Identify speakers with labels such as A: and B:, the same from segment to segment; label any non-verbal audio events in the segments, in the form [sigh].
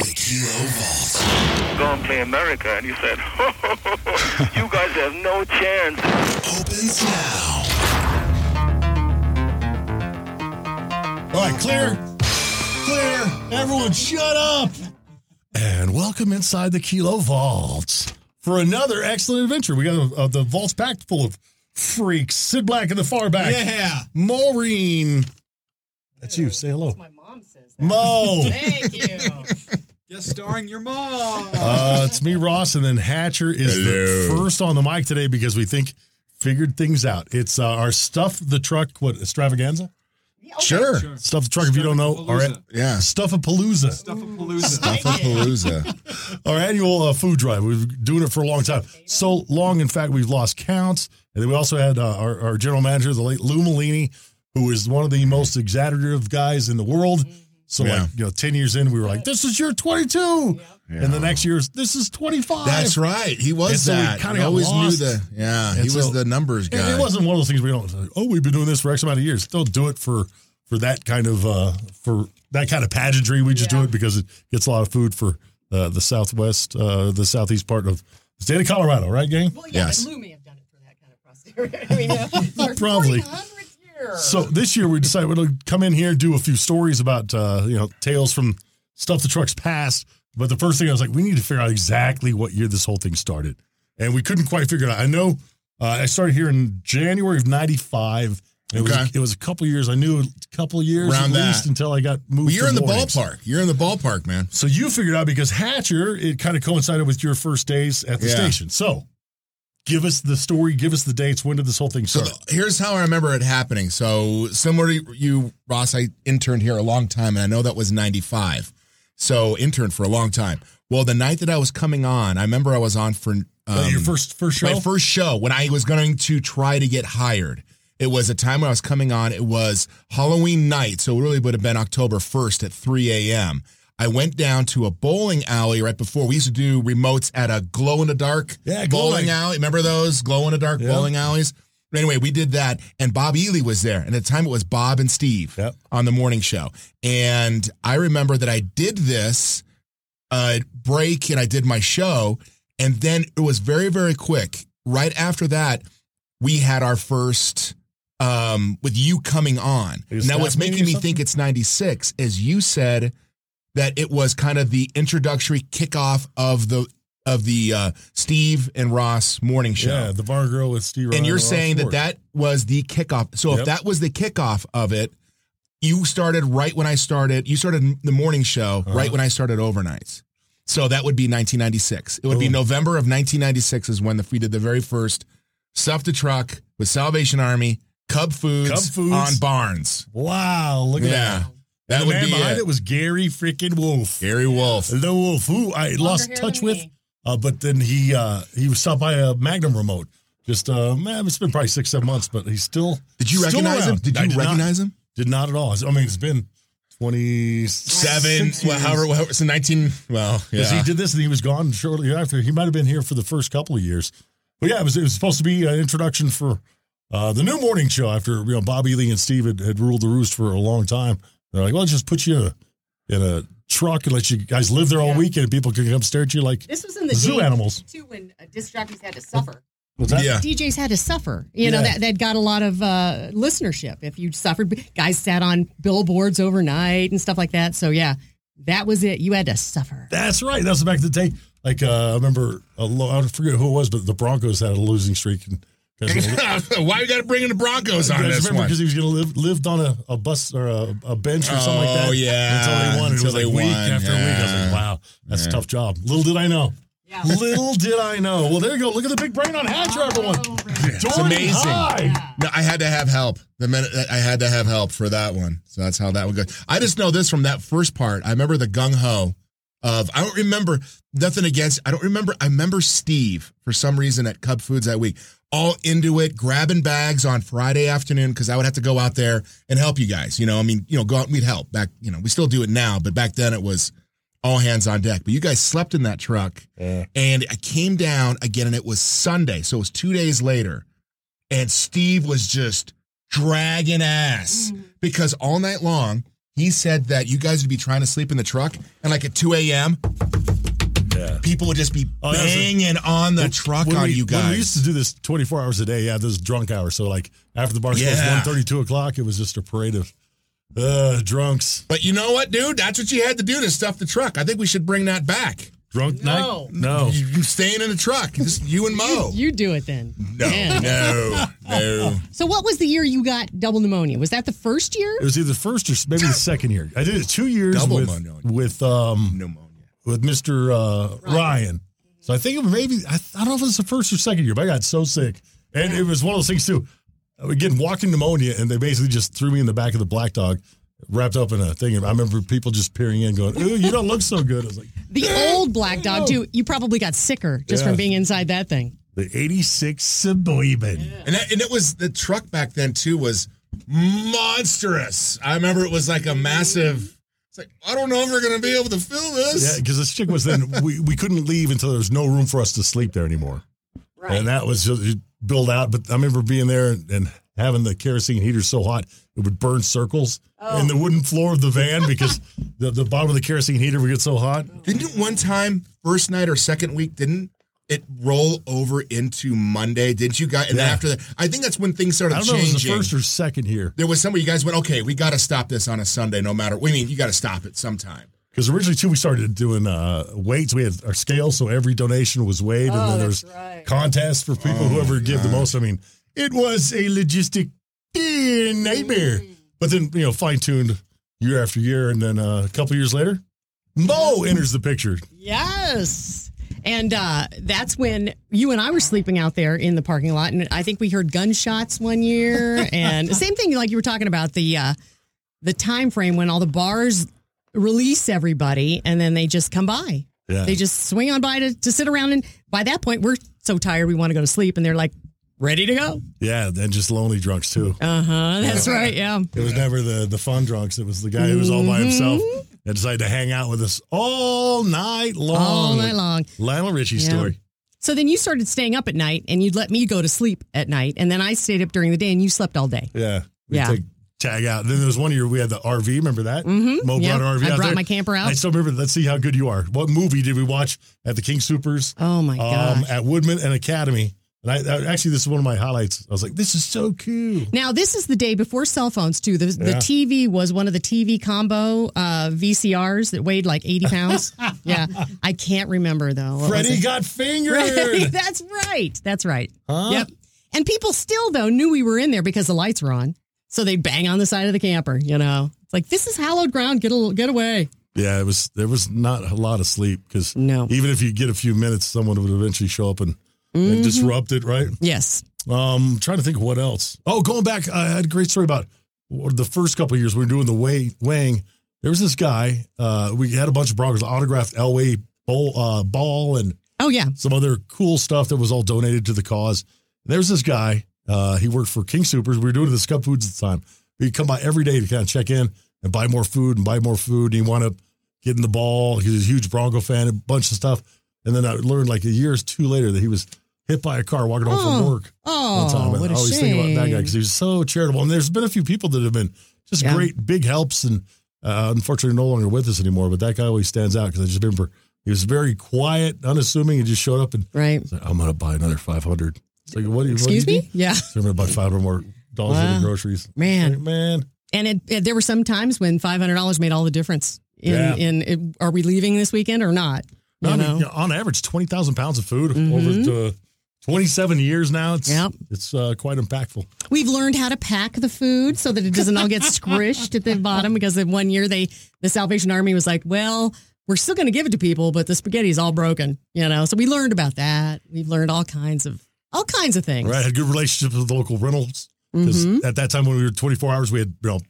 A: Kilo Vault.
B: Go and play America. And he said, [laughs] You guys have no chance.
A: Opens now.
C: All right, clear. Clear. Everyone shut up. And welcome inside the Kilo Vaults for another excellent adventure. We got uh, the vaults packed full of freaks. Sid Black in the far back.
D: Yeah.
C: Maureen. That's you. Say hello.
E: My mom says
C: [laughs]
E: that.
C: Mo.
E: [laughs] Thank [laughs] you.
D: Just starring your mom.
C: Uh, it's me, Ross, and then Hatcher is the
A: Hello.
C: first on the mic today because we think figured things out. It's uh, our stuff the truck what extravaganza.
E: Yeah, okay.
A: Sure.
D: Sure.
C: Stuff the truck. If you don't know, all right,
A: Yeah.
C: stuff a palooza.
D: Stuff a palooza.
E: Thank you.
A: Palooza.
C: Our annual uh, food drive. We've been doing it for a long time. So long, in fact, we've lost counts. And then we also had uh, our, our general manager, the late Lou Malini, who is one of the most exaggerative guys in the world. So,
A: Yeah.
C: like, you know, 10 years in, we were like, this is your 22. And the next year's, this is 25.
A: That's right. He was
C: And so we
A: that.
C: kinda
A: I
C: got
A: always
C: lost.
A: knew the. Yeah. He
C: And
A: was
C: so-
A: the numbers
C: It-
A: guy.
C: It wasn't one of those things we don't. Oh, we've been doing this for X amount of years. Don't do it for for that kind of uh, for that kind of pageantry. We just do it because it gets a lot of food for uh, the southwest, uh, the southeast part of the state of Colorado, right, gang?
E: Well, yeah,
A: Yes.
E: but Lou may have done it for that kind of posterity. [laughs] I mean, uh, for
C: Probably.
E: 400th year.
C: So this year we decided we'll come in here and do a few stories about uh, you know tales from stuff the trucks past. But the first thing I was like, we need to figure out exactly what year this whole thing started, and we couldn't quite figure it out. I know uh, I started here in January of '95. It was
A: Okay.
C: it was a couple years. I knew a couple years
A: Around
C: at
A: that.
C: least until I got moved.
A: Well, you're
C: to
A: in the
C: Lawrence.
A: ballpark. You're in the ballpark, man.
C: So you figured out because Hatcher, it kind of coincided with your first days at the
A: Yeah.
C: station. So give us the story, give us the dates. When did this whole thing
A: So
C: start?
A: the- here's how I remember it happening. So similar to you, Ross, I interned here a long time, and I know that was '95. So interned for a long time. Well, the night that I was coming on, I remember I was on for um,
C: your first first show.
A: my first show when I was going to try to get hired. It was a time when I was coming on. It was Halloween night, so it really would have been October 1st at 3 a.m. I went down to a bowling alley right before. We used to do remotes at a glow in the dark
C: Yeah, glow
A: bowling
C: light.
A: alley. Remember those glow in the dark
C: Yeah.
A: bowling alleys? But Anyway, we did that, and Bob Ely was there. And at the time, it was Bob and Steve
C: Yep.
A: on the morning show. And I remember that I did this uh, break and I did my show. And then it was very, very quick. Right after that, we had our first um, with you coming on.
C: Like a
A: Now,
C: staff
A: what's
C: meeting
A: making
C: or
A: me
C: something?
A: think it's 96 is you said that it was kind of the introductory kickoff of the of the uh, Steve and Ross morning show.
C: Yeah, the bar girl with Steve. Ryan
A: And you're
C: Ross
A: saying that
C: Ford.
A: that was the kickoff. So if
C: Yep.
A: that was the kickoff of it, you started right when I started. You started the morning show
C: Uh-huh.
A: right when I started overnights. So that would be 1996. It would be
C: Boom.
A: November of 1996 is when the, we did the very first stuff the truck with Salvation Army Cub Foods,
C: Cub Foods.
A: on Barnes.
C: wow, look at
A: Yeah,
C: that.
A: that
C: the
A: would
C: man
A: be
C: behind
A: it.
C: it. was Gary freaking Wolf.
A: Gary Wolf.
C: The Wolf, who I lost
E: hair
C: touch
E: than
C: with,
E: me.
C: uh, but then he uh, he was stopped by a Magnum remote. Just uh, man, it's been probably six seven months, but he's still.
A: Did you
C: still
A: recognize him?
C: around.
A: Did
C: I
A: you
C: did
A: recognize
C: not,
A: him?
C: Did not at all. I mean, it's been twenty
A: Seven.
C: six
A: Well,
C: years.
A: however, however, so 19. Well, yeah.
C: Because he did this and he was gone shortly after. He might have been here for the first couple of years. But yeah, it was, it was supposed to be an introduction for uh, the new morning show after you know Bobby Lee and Steve had, had ruled the roost for a long time. They're like, well, let's just put you in a, in a truck and let you guys live there all
E: Yeah.
C: weekend and people can come stare at you like,
E: This was in the
C: Zoo
E: days,
C: animals.
E: too when uh, disc jockeys had to suffer.
C: [laughs] what's that?
A: Yeah.
E: DJs had to suffer. You know
C: Yeah.
E: that that got a lot of uh, listenership. If you suffered, guys sat on billboards overnight and stuff like that. So yeah, that was it. You had to suffer.
C: That's right. That was back in the day. Like, uh, I remember, a lo- I forget who it was, but the Broncos had a losing streak. And,
A: [laughs] Why you got to bring in the Broncos
C: I
A: on
C: just
A: this
C: remember
A: one?
C: because he was going to live lived on a, a bus or a, a bench or something like that.
A: Oh,
C: until
A: yeah.
C: they won. it
A: Until
C: was like
A: they
C: week
A: won,
C: after week. I was
A: yeah.
C: like, wow, that's a tough job. Little did I know.
E: Yeah.
C: Little did I know. Well, there you go. Look at the big brain on Hatcher, everyone. It's
A: amazing. No, I had to have help. The minute I had to have help for that one, so that's how that would go. I just know this from that first part. I remember the gung ho of I don't remember nothing against. I don't remember. I remember Steve for some reason at Cub Foods that week, all into it, grabbing bags on Friday afternoon because I would have to go out there and help you guys. You know, I mean, you know, go out and we'd help back. You know, we still do it now, but back then it was all hands on deck. But you guys slept in that truck, and I came down again, and it was Sunday, so it was two days later
E: Mm.
A: and Steve was just dragging ass because all night long He said that you guys would be trying to sleep in the truck, and like at 2 a.m., people would just be
C: Oh, that's a-
A: banging on the truck
C: When
A: on
C: we,
A: you guys.
C: When we used to do this 24 hours a day, yeah, this drunk hour. So like after the bar closed
A: Yeah.
C: 1.30, 2 o'clock, it was just a parade of uh, drunks.
A: but you know what, dude? That's what you had to do to stuff the truck. I think we should bring that back.
C: Drunk
E: No.
C: night?
A: [laughs]
C: No.
A: You, you staying in the truck, just you and Mo.
E: [laughs] You do it then. [laughs]
A: no,
E: Man.
A: no, no.
E: So what was the year you got double pneumonia? Was that the first year?
C: It was either first or maybe the second year. I did it two years
A: Double
C: with,
A: mono.
C: with um
A: Pneumonia.
C: with Mr. Uh, Ryan. So I think it maybe I, I don't know if it was the first or second year, but I got so sick, and it was one of those things too. Again, walking pneumonia, and they basically just threw me in the back of the black dog, wrapped up in a thing. And I remember people just peering in, going, "Ooh, you don't look so good." I was like,
E: The [laughs] old black dog too. You probably got sicker just
C: Yeah.
E: from being inside that thing.
C: "The '86 Suburban."
A: And that, and it was the truck back then too was monstrous. I remember it was like a massive. It's like I don't know if we're gonna be able to fill
C: Yeah,
A: this.
C: because this chick was then we, we couldn't leave until there was no room for us to sleep there anymore. Right. And that was just built out. But I remember being there and, and having the kerosene heater so hot it would burn circles in the wooden floor of the van because the, the bottom of the kerosene heater would get so hot.
A: Didn't one time first night or second week? Didn't it roll over into Monday? Didn't you guys? And then
C: Yeah.
A: after that, I think that's when things started
C: I don't know if
A: changing.
C: it was the first or second year.
A: there was somebody you guys went, okay, we got to stop this on a Sunday, no matter. We mean, you got to stop it sometime.
C: Because originally too, we started doing uh, weights. We had our scale, so every donation was weighed,
E: Oh,
C: and then there's contests for people whoever give the most. I mean, it was a logistic eh, nightmare. But then you know, fine tuned year after year, and then uh, a couple years later, Mo enters the picture.
E: Yes. And uh, that's when you and I were sleeping out there in the parking lot, and I think we heard gunshots one [laughs] year, and same thing like you were talking about the uh, the time frame when all the bars release everybody, and then they just come by.
C: Yeah.
E: They just swing on by to, to sit around, and by that point we're so tired we want to go to sleep, and they're like ready to go.
C: Yeah, and just lonely drunks too.
E: Uh huh. That's right. Yeah.
C: It was never the the fun drunks. It was the guy who was all by himself
E: Mm-hmm.
C: and decided to hang out with us all night long.
E: All night long.
C: Lionel Richie
E: Yeah.
C: story.
E: So then you started staying up at night, and you'd let me go to sleep at night, and then I stayed up during the day, and you slept all day.
C: Yeah. We
E: Yeah.
C: Take, tag out. Then there was one year we had the RV. Remember that? Mm-hmm. Mo
E: Yeah.
C: brought our RV
E: I
C: out
E: brought
C: there.
E: my camper out.
C: I still remember. Let's see how good you are. What movie did we watch at the King Supers?
E: Oh my gosh.
C: um, at Woodman and Academy. And I, I actually, this is one of my highlights. I was like, this is so cool.
E: Now, this is the day before cell phones, too. The, the
C: Yeah.
E: TV was one of the TV combo uh, VCRs that weighed like
C: [laughs]
E: 80 pounds. yeah. I can't remember, though. What was
C: Freddie
E: it? [laughs]
C: got fingered.
E: That's right. That's right.
C: Huh?
E: Yep. And people still, though, knew we were in there because the lights were on. So they bang on the side of the camper, you know. It's like, this is hallowed ground. Get, a, get away.
C: Yeah, it was. There was not a lot of sleep because
E: No.
C: even if you get a few minutes, someone would eventually show up and,
E: Mm-hmm.
C: and disrupt it, right?
E: Yes.
C: Um, trying to think of what else. Oh, going back, I had a great story about the first couple of years we were doing the weigh, weighing. There was this guy. Uh, we had a bunch of Broncos autographed Elway bowl, uh, ball and
E: Oh, yeah.
C: some other cool stuff that was all donated to the cause. There was this guy. Uh, he worked for King Supers. We were doing this Cup Foods at the time. He'd come by every day to kind of check in and buy more food and buy more food. And he wound up getting the ball. He was a huge Bronco fan, a bunch of stuff. And then I learned like a year or two later that he was hit by a car walking home from
E: Oh.
C: work one time.
E: Oh,
C: And
E: what
C: I
E: a
C: always
E: shame.
C: think about that guy because he was so charitable. And there's been a few people that have been just
E: Yeah.
C: great, big helps, and uh, unfortunately no longer with us anymore. But that guy always stands out because I just remember he was very quiet, unassuming. He just showed up and
E: Right.
C: he's like, "I'm gonna buy another 500." It's like, "What? do you- what do
E: Excuse
C: you
E: me?
C: do?"
E: Yeah.
C: So I'm gonna buy 500 more dollars worth
E: Wow.
C: of groceries.
E: Man.
C: Like, man,
E: And it, it- there were some times when five hundred dollars made all the difference. In,
C: Yeah.
E: in it, are we leaving this weekend or not?
C: No,
E: You
C: I mean,
E: know? Mm-hmm.
C: you know, on average, twenty thousand pounds of food over to 27 years now. It's
E: Yep.
C: it's uh, quite impactful.
E: We've learned how to pack the food so that it doesn't all get squished at the bottom. Because in one year, they the Salvation Army was like, "Well, we're still going to give it to people, but the spaghetti's all broken." You know, so we learned about that. We've learned all kinds of all kinds of things. Mm-hmm.
C: Right. Had good relationships with the local rentals because at that time when we were 24 hours, we had you know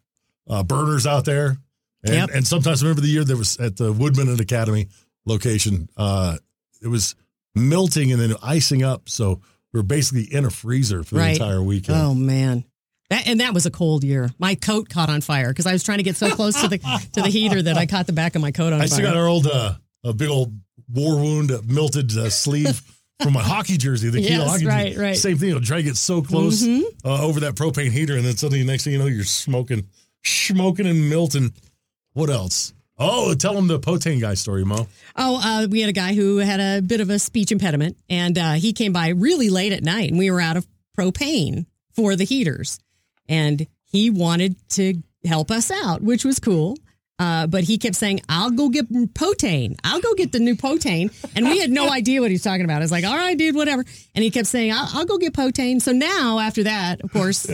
C: uh, burners out there, and,
E: Yep.
C: and sometimes I remember the year there was at the Woodman and Academy location, uh, it was melting and then icing up, so we were basically in a freezer for the
E: Right.
C: entire weekend.
E: Oh man. That, and that was a cold year. My coat caught on fire because I was trying to get so close to the to the heater that I caught the back of my coat on
C: I
E: fire.
C: still got our old uh, a big old war wound uh, melted uh,
E: [laughs]
C: sleeve. From my hockey jersey, the Kiel
E: Yes,
C: hockey
E: right,
C: jersey.
E: right. Mm-hmm.
C: Same thing. I'll try to get so close uh, over that propane heater, and then suddenly, the next thing you know, you're smoking, smoking, and melting. What else? Oh, tell them the Potane guy story, Mo.
E: Oh, uh, we had a guy who had a bit of a speech impediment, and uh, he came by really late at night, and we were out of propane for the heaters, and he wanted to help us out, which was cool. Uh, but he kept saying, "I'll go get potane. I'll go get the new potane," and we
C: [laughs]
E: had no idea what he was talking about. I was like, "All right, dude, whatever." And he kept saying, "I'll, I'll go get potane." So now, after that, of course,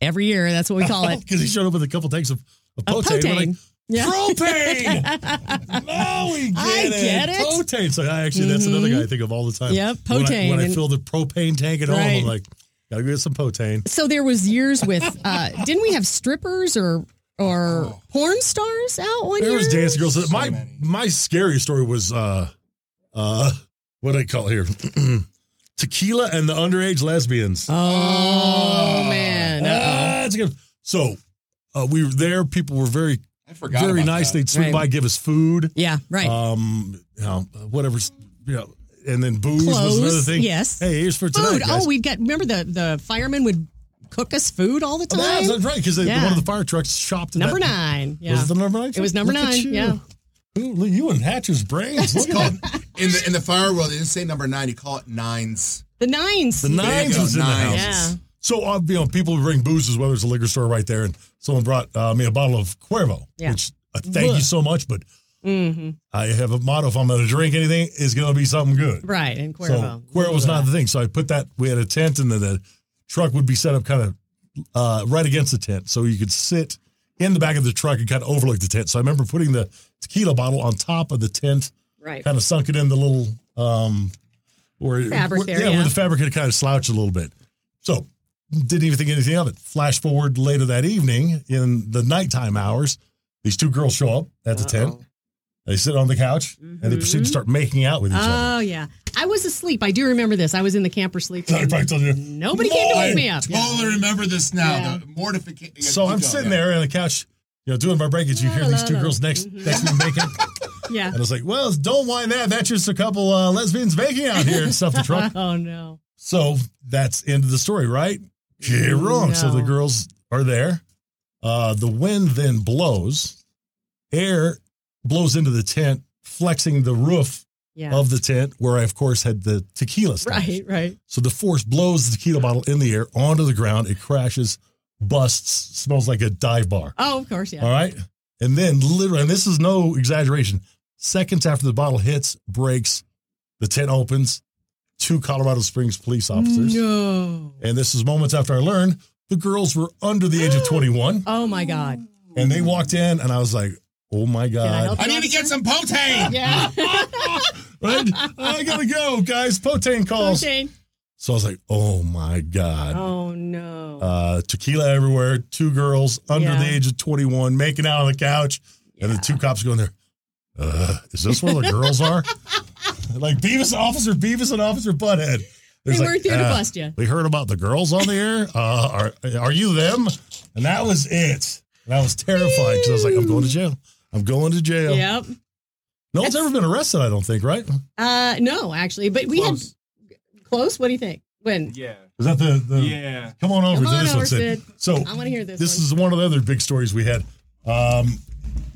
E: every year that's what we
C: [laughs]
E: call it.
C: Because Oh, he showed up with a couple tanks of, of Potane. We're like,
E: potane. Yeah.
C: Propane!
E: [laughs]
C: no, we get
E: I
C: it.
E: get it. Mm-hmm.
C: Potane. So I actually, that's another guy I think of all the time.
E: Yep,
C: When I-
E: Potane
C: When I,
E: and-
C: fill the propane tank at home,
E: Right.
C: I'm like, gotta go get some Potane.
E: So there was years with uh didn't we have strippers or or porn stars out one
C: There
E: year?
C: was dancing girls.
F: So
C: my
F: many.
C: my scary story was uh uh what do I call it here? [clears throat] Tequila and the underage lesbians.
E: Uh, Oh, man. Uh-oh.
C: Ah, that's a good. So uh, we were there. People were very
F: I forgot.
C: very
F: about
C: nice.
F: that.
C: They'd swing
E: Right.
C: by, give us food,
E: Yeah, right.
C: um, you know, whatever, you know, and then booze was another
E: Clothes,
C: thing.
E: yes.
C: Hey, here's for tonight.
E: food.
C: guys.
E: Oh, we'd get remember the the firemen would cook us food all the
C: Oh, that's,
E: time.
C: that's right because
E: Yeah.
C: one of the fire trucks shopped. at
E: number
C: that-
E: 9. Yeah.
C: Was it the number nine?
E: It was number
C: Look at
E: nine,
C: you.
E: yeah.
C: Ooh, look, you and Hatcher's brains. Look at that.
E: [laughs]
F: in the in the fire world. They didn't say number nine. You call it nines.
E: the nines.
C: The nines
F: go,
C: was in
F: nines.
C: the
E: Yeah.
C: house. So uh, you know, people would bring boozes, whether it's a liquor store right there, and someone brought uh, me a bottle of Cuervo,
E: Yeah. Mm-hmm.
C: which uh, thank you so much, but I have a motto: if I'm going to drink anything, it's going to be something good.
E: Right, and
C: So
E: Cuervo.
C: Cuervo was not the thing. So I put that. We had a tent, and then the truck would be set up kind of uh, right against the tent, so you could sit in the back of the truck and kind of overlook the tent. So I remember putting the tequila bottle on top of the tent
E: Right.
C: kind of sunk it in the little um where
E: Fabric
C: where-
E: there,
C: yeah, where
E: yeah.
C: the fabric had kind of slouched a little bit. So didn't even think anything of it. Flash forward later that evening in the nighttime hours, these two girls show up at the tent. They sit on the couch and they proceed to
E: Mm-hmm.
C: start making out with each other.
E: Oh yeah. I was asleep. I do remember this. I was in the camper sleep.
C: So I probably told you.
E: Nobody came to
C: "Boy,
E: wake me up. Yeah.
F: Totally remember this now. The mortification.
C: So I'm sitting there on the couch, you know, doing my breakage. You hear these two girls next
E: Mm-hmm.
C: next to me making,
E: Yeah.
C: and it's like, well, don't mind that. That's just a couple uh, lesbians making out here and stuff the
E: [laughs]
C: truck.
E: Oh no.
C: So that's end of the story, right? You're wrong. So the
E: Mm, No.
C: girls are there. Uh, the wind then blows. Air blows into the tent, flexing the roof
E: Yeah.
C: of the tent, where I, of course, had the tequila stash.
E: right, right.
C: So the force blows the tequila bottle in the air onto the ground. It crashes, busts, smells like a dive bar.
E: Oh, of course, yeah.
C: All right. And then literally, and this is no exaggeration, seconds after the bottle hits, breaks, the tent opens, two Colorado Springs police officers.
E: No.
C: And this is moments after I learned the girls were under the age of 21
E: [gasps] Oh my God.
C: and they walked in and I was like, oh my
E: Can I
C: God.
E: help
F: I
E: you,
F: need to get
E: officer?
F: some potane. [laughs]
E: Yeah. [laughs]
C: Right? I gotta go, guys. Potane
F: Oh,
C: calls.
E: Okay.
C: So I was like, oh my God.
E: Oh no.
C: Uh, tequila everywhere, two girls under
E: Yeah.
C: the age of 21 making out on the couch. And the two cops going there, uh, is this where the girls
E: [laughs]
C: are? like Beavis, Officer Beavis, and Officer Butthead. There's
E: They weren't there to
C: "Uh,
E: bust ya."
C: We heard about the girls on the air. Uh, are are you them? And that was it. And I was terrified because I was like, I'm going to jail. I'm going to jail.
E: yep.
C: No one's ever been arrested, I don't think, right?
E: Uh, no, actually, but we
D: Close.
E: had close. What do you think? When?
D: Yeah.
C: Is that the, the
D: Yeah.
C: Come on over
E: Come
C: to
E: on
C: this
E: over,
C: one, Sid.
E: Sid.
C: So
E: I wanna hear this
C: This
E: one.
C: is one of the other big stories we had. Um,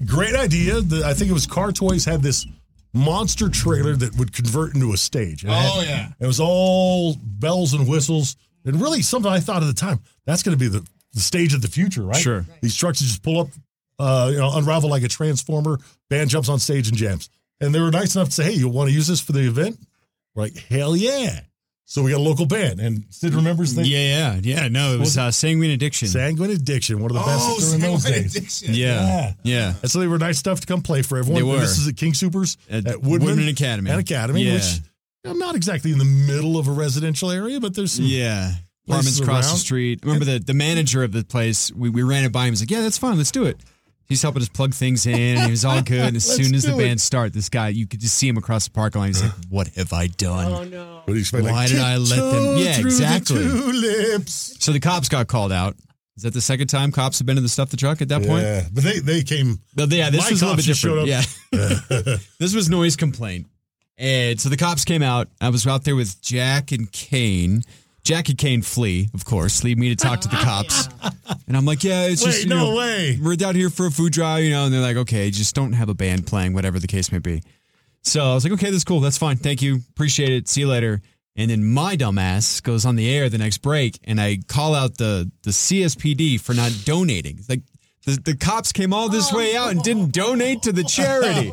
C: great idea. The, I think it was Car Toys had this monster trailer that would convert into a stage. And it
F: Oh,
C: had-
F: yeah.
C: it was all bells and whistles, and really something I thought at the time that's going to be the, the stage of the future, right?
G: Sure.
C: These trucks that just pull up, uh, you know, unravel like a transformer. Band jumps on stage and jams. And they were nice enough to say, "Hey, you want to use this for the event?" We're like, "Hell yeah!" So we got a local band, and Sid remembers that.
G: Yeah, yeah, yeah. No, it was uh, Sanguine Addiction.
C: Sanguine Addiction, one of the
F: Oh,
C: best during those
F: sanguine
C: days.
F: addiction.
G: yeah,
C: Yeah.
G: yeah.
C: And so they were nice stuff to come play for everyone.
G: They were.
C: And This is at King Supers
G: At
C: at, Woodman,
G: Woodman Academy.
C: and Academy,
G: Yeah.
C: which I'm not exactly in the middle of a residential area, but there's some
G: Yeah.
C: Places
G: Apartments across
C: around.
G: the street. I remember the, the manager of the place, we, we ran it by him. He was like, yeah, that's fine. Let's do it. He's helping us plug things in, and it was all good. And as
C: Let's
G: soon as the
C: do it.
G: band start, this guy, you could just see him across the parking lot. He's like, what have I done?
E: Oh no.
C: What do you expect?
G: Why did I let them-
C: tiptoe
G: Yeah,
C: through the
G: exactly.
C: tulips.
G: So the cops got called out. Is that the second time cops have been in the stuff the truck at that point?
C: Yeah, but they they came.
G: But yeah, this
C: My
G: was a little bit
C: cops just
G: different. Yeah. [laughs]
C: showed up.
G: This was noise complaint. And so the cops came out. I was out there with Jack and Kane. Jackie Kane flee, of course, leave me to talk to the cops. And I'm like, yeah, it's
C: Wait,
G: just you
C: no
G: know,
C: way.
G: We're down here for a food drive, you know, and they're like, okay, just don't have a band playing, whatever the case may be. So I was like, okay, that's cool, that's fine, thank you, appreciate it, see you later. And then my dumbass goes on the air the next break, and I call out the the CSPD for not donating. Like the, the cops came all this way out and didn't donate to the charity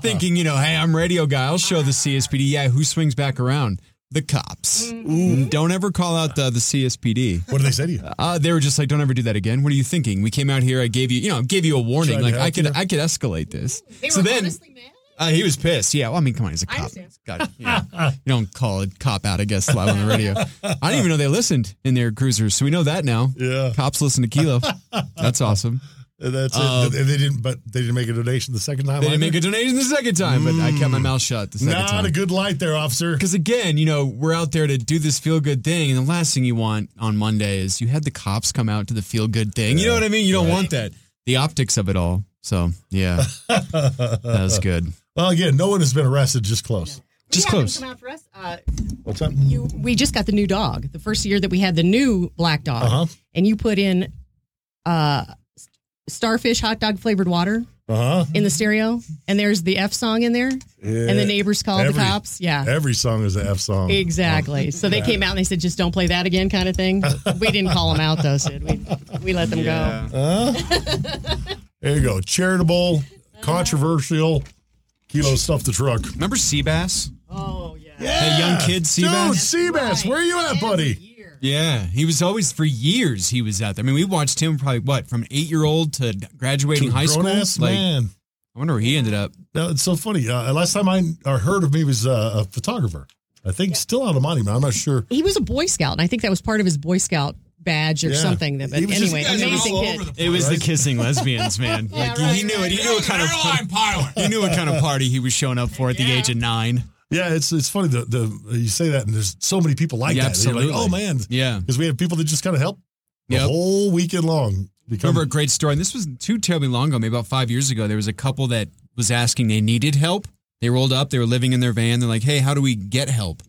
G: thinking, you know, hey, I'm radio guy. I'll show the CSPD. Yeah, who swings back around? The cops. Don't ever call out the, the CSPD.
C: What did they say to you?
G: Uh, they were just like, don't ever do that again. What are you thinking? We came out here. I gave you, you know, gave you a warning.
C: Tried to
G: Like I
C: help
G: could,
C: you.
G: I could escalate this.
E: They
G: so
E: were
G: then
E: honestly mad.
G: uh, he was pissed. Yeah. Well, I mean, come on, he's a cop.
E: understand.
G: Got it. You, know, you don't call a cop out, I guess, live on the radio. I didn't even know they listened in their cruisers. So we know that now.
C: Yeah.
G: Cops listen
C: [laughs]
G: to Kilo. That's awesome.
C: And that's
G: Um,
C: it. And they didn't, but they didn't make a donation the second time.
G: They didn't
C: either?
G: make a donation the second time, but I kept my mouth shut the second
C: Not
G: time.
C: a good light there, officer.
G: Because again, you know, we're out there to do this feel good thing, and the last thing you want on Monday is you had the cops come out to the feel good thing. You know what I mean? You don't want that. The optics of it all. So yeah, that was good.
C: Well, again, no one has been arrested. Just close.
G: Just
E: We had them
G: close.
E: come out for us. Uh,
C: What's up?
E: you, we just got the new dog. The first year that we had the new black dog,
C: Uh huh.
E: and you put in uh, s- starfish hot dog flavored water
C: Uh huh.
E: in the stereo, and there's the F song in there, and the neighbors called the
C: Every-
E: cops. Yeah.
C: Every song is an F song.
E: Exactly. So they came out and they said, "Just don't play that again," kind of thing. We didn't call them out though, Sid. We we let them go.
C: There you go. Charitable, controversial. Kilo stuffed the truck.
G: Remember Seabass?
E: Oh yeah.
G: That young
C: Dude,
G: kid Seabass.
C: Seabass, where you at, buddy?
G: Yeah, he was always for years. He was out there. I mean, we watched him probably what from eight year old to graduating high school.
C: Grown-ass
G: like,
C: man.
G: I wonder where he ended up.
C: No, it's so funny. Uh, last time I uh, heard of him, he was uh, a photographer. I think still out of monument. I'm not sure.
E: He was a Boy Scout, and I think that was part of his Boy Scout badge or
C: Yeah.
E: something. That, but
C: He was just-
E: anyway,
C: you guys are
E: amazing
D: all
E: kid.
D: over the
G: It was the kissing
D: [laughs]
G: lesbians, man. like he knew it. He knew what kind of he knew what kind of party he was showing up for at the age of nine.
C: Yeah, it's it's funny. The the you say that, and there's so many people like
G: Yeah,
C: that. You're like,
G: absolutely.
C: oh man,
G: Yeah.
C: because we have people that just kind of help the
G: Yep.
C: whole weekend long. Become,
G: remember a great story, and this was not too terribly long ago, maybe about five years ago. There was a couple that was asking they needed help. They rolled up, they were living in their van. They're like, "Hey, how do we get help?"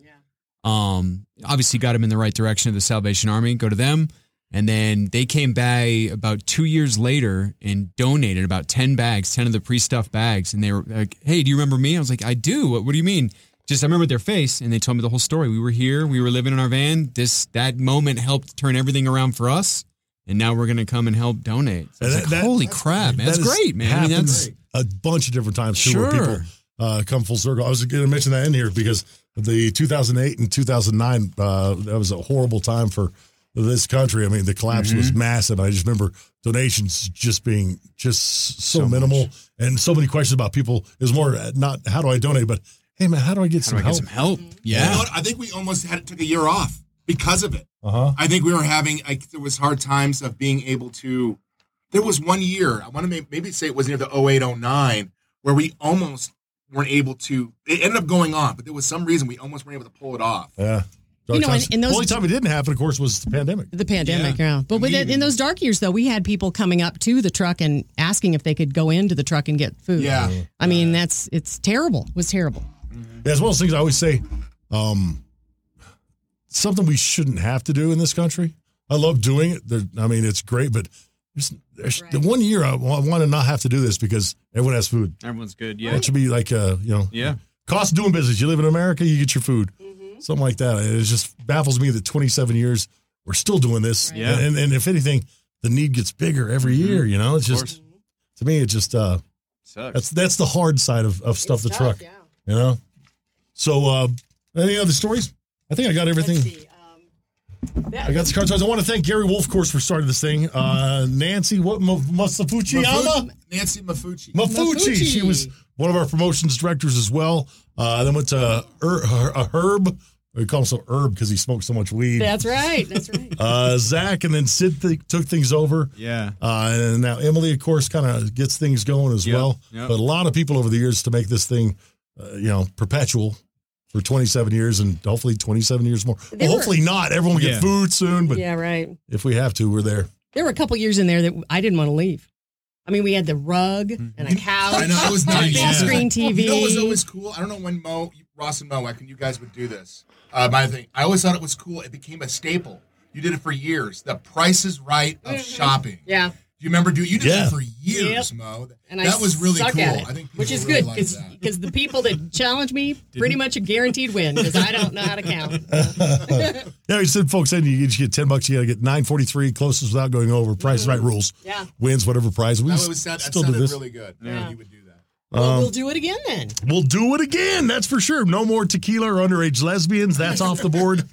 G: Um, obviously, got them in the right direction of the Salvation Army. Go to them, and then they came by about two years later and donated about ten bags, ten of the pre-stuffed bags. And they were like, "Hey, do you remember me?" I was like, "I do." What, what do you mean? Just I remember their face, and they told me the whole story. We were here, we were living in our van. This that moment helped turn everything around for us and now we're going to come and help donate.
C: And
G: So it's
C: that-
G: like,
C: that-
G: holy crap, man! That's
C: That has
G: great, man. I mean,
C: happened
G: that's
C: a bunch of different times too, where
G: Sure.
C: people uh, come full circle. I was going to mention that in here because the 2008 and 2009 uh, that was a horrible time for this country. I mean, the collapse was massive. I just remember donations just being just so, minimal and so many questions about people. It was more uh, not how do I donate, but hey man, how do I get
G: how
C: some
G: do I get
C: help?
G: some help?
F: You know
G: Yeah,
F: what? I think we almost had took a year off because of it.
C: Uh-huh.
F: I think we were having like there was hard times of being able to. There was one year I want to maybe, maybe say it was near the 0809 where we almost weren't able to. It ended up going on, but there was some reason we almost weren't able to pull it off.
C: Yeah.
E: You know,
C: Dark
E: and-
C: times.
E: and those-
C: the only time it didn't happen, of course, was the pandemic.
E: The pandemic, yeah. But with in those dark years, though, we had people coming up to the truck and asking if they could go into the truck and get food.
F: Yeah.
E: I mean, that's it's terrible. It was terrible.
C: Yeah, it's one of those things I always say, um, something we shouldn't have to do in this country. I love doing it. There, I mean, it's great, but there's, there's the one year I want to not have to do this because everyone has food.
G: everyone's good.
C: That should be like, uh, you know,
G: yeah.
C: cost of doing business. You live in America, you get your food, something like that. It just baffles me that 27 years we're still doing this.
G: Right. Mm-hmm. Yeah.
C: and, and if anything, the need gets bigger every year. You know, it's just to me, it just uh,
G: Sucks.
C: that's that's the hard side of, of stuff the truck. You know. So, uh, any other stories? I think I got everything.
F: um,
C: I got the cards. I want to thank Gary Wolf, of course, for starting this thing. Uh, Nancy, what Ma- Masafuchiyama?
F: Nancy Mafucci.
C: Mafucci. She was one of our promotions directors as well. Uh, then went to Her- Her- uh, Herb. We call him so Herb because he smoked so much weed.
F: [laughs]
E: That's right. That's right.
C: Uh, Zach, and then Sid th- took things over.
G: Yeah.
C: Uh, and now Emily, of course, kind of gets things going as
G: Yep,
C: well.
G: yep.
C: But a lot of people over the years to make this thing, uh, you know, perpetual for 27 years and hopefully 27 years more.
E: There
C: Well,
E: were-
C: hopefully not. Everyone will get
G: Yeah.
C: food soon, but
E: [laughs] yeah, right.
C: if we have to, we're there.
E: There were a couple years in there that I didn't want to leave. I mean, we had the rug and a couch.
F: Mm-hmm. I know it
E: [laughs]
F: was
E: a
F: nice.
E: Big
C: Yeah.
E: screen TV.
F: You know, it was always cool. I don't know when Mo, Ross, and Moak, and you guys would do this. Uh, my thing, I always thought it was cool. It became a staple. You did it for years. The Price is Right of shopping.
E: Mm-hmm. yeah.
F: Do you remember? Do you did
C: Yeah.
F: it for years,
E: Yep.
F: Mo?
E: And I
F: that was really
E: suck
F: cool.
E: At it,
F: I think people
E: which is
F: really
E: good
F: liked
E: because
F: that.
E: the
F: [laughs]
E: people that challenge me pretty much a guaranteed win because I don't know how
F: [laughs]
E: to count.
C: Yeah, he said, folks, and you each get 10 bucks, you got to get 943 closest without going over. Price is right rules.
E: Mm-hmm. Yeah.
C: Wins whatever prize. We
F: That was that, that
C: still do
F: sounded
C: this.
F: really good.
E: Yeah.
F: You would do that.
E: well, we'll do it again then.
C: We'll do it again. That's for sure. No more tequila or underage lesbians. That's off the board.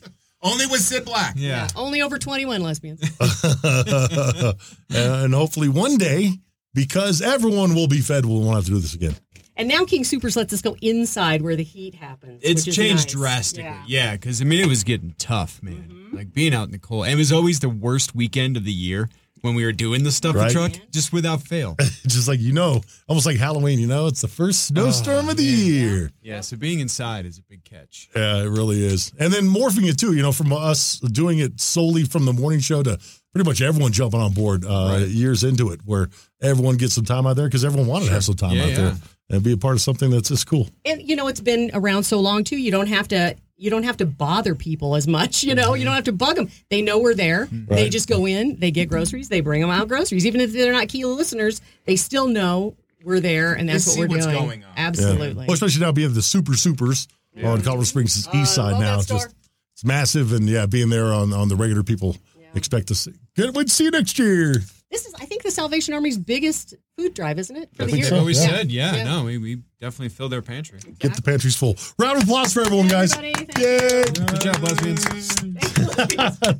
F: Only with Sid Black.
G: Yeah.
E: Only over 21 lesbians.
C: Uh, [laughs] and hopefully one day, because everyone will be fed, we'll want to do this again. [laughs]
E: And now King Supers lets us go inside where the heat happens.
G: It's
E: which is
G: changed
E: nice.
G: drastically.
E: Yeah. Mm-hmm.
G: Yeah, because I mean it was getting tough, man. Like being out in the cold. And it was always the worst weekend of the year when we were doing the stuff
C: Right.
G: the truck, just without fail.
C: Just like, you know, almost like Halloween, you know, it's the first snowstorm of the year.
G: Oh, yeah, so being inside is a big catch.
C: Yeah, it really is. And then morphing it too, you know, from us doing it solely from the morning show to pretty much everyone jumping on board uh, years into it, where everyone gets some time out there because everyone wanted to have some time
G: Yeah,
C: out there
G: yeah.
C: and be a part of something that's this cool.
E: And you know, it's been around so long too. You don't have to you don't have to bother people as much, you know. You don't have to bug them. They know we're there. They just go in, they get groceries, they bring them out groceries. Even if they're not key listeners, they still know we're there and that's
F: They
E: what
F: see
E: we're
F: what's
E: doing.
F: going on.
E: Absolutely. Oh, Uh,
C: Well, especially now being the super supers on Colorado Springs' east
E: I
C: side
E: love
C: now.
E: that
C: It's just
E: store.
C: it's massive, and yeah, being there on on the regular people expect to see. Good, we'd see you next year.
E: This is I think the Salvation Army's biggest food drive, isn't it? For
G: I
E: the
G: think
E: year.
G: they always
C: Yeah.
E: [laughs]
G: said, yeah, no, we, we definitely filled their pantry.
C: Get the pantries full. Round of applause for everyone, guys.
E: Everybody, thank
C: Yay!
G: Good job, lesbians.
C: [laughs]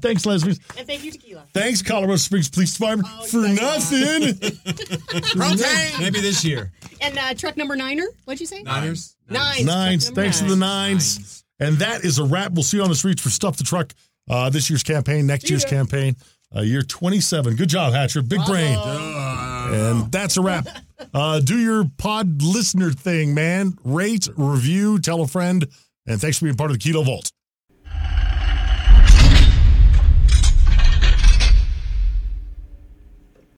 C: Thanks, lesbians.
E: And thank you, Tequila.
C: Thanks, Colorado Springs Police Department,
E: Oh,
C: for nothing.
F: Propane.
G: Maybe this year.
E: And uh, truck number niner, what'd you say?
G: Niners.
E: Nines.
C: Nines.
E: Truck number
C: Thanks to the nines.
G: Nines.
C: And that is a wrap. We'll see you on the streets for Stuff the Truck uh, this year's campaign, next year's campaign, uh, year 27. Good job, Hatcher. Big brain. And that's a wrap. Uh, do your pod listener thing, man. Rate, review, tell a friend. And thanks for being part of the Keto Vault.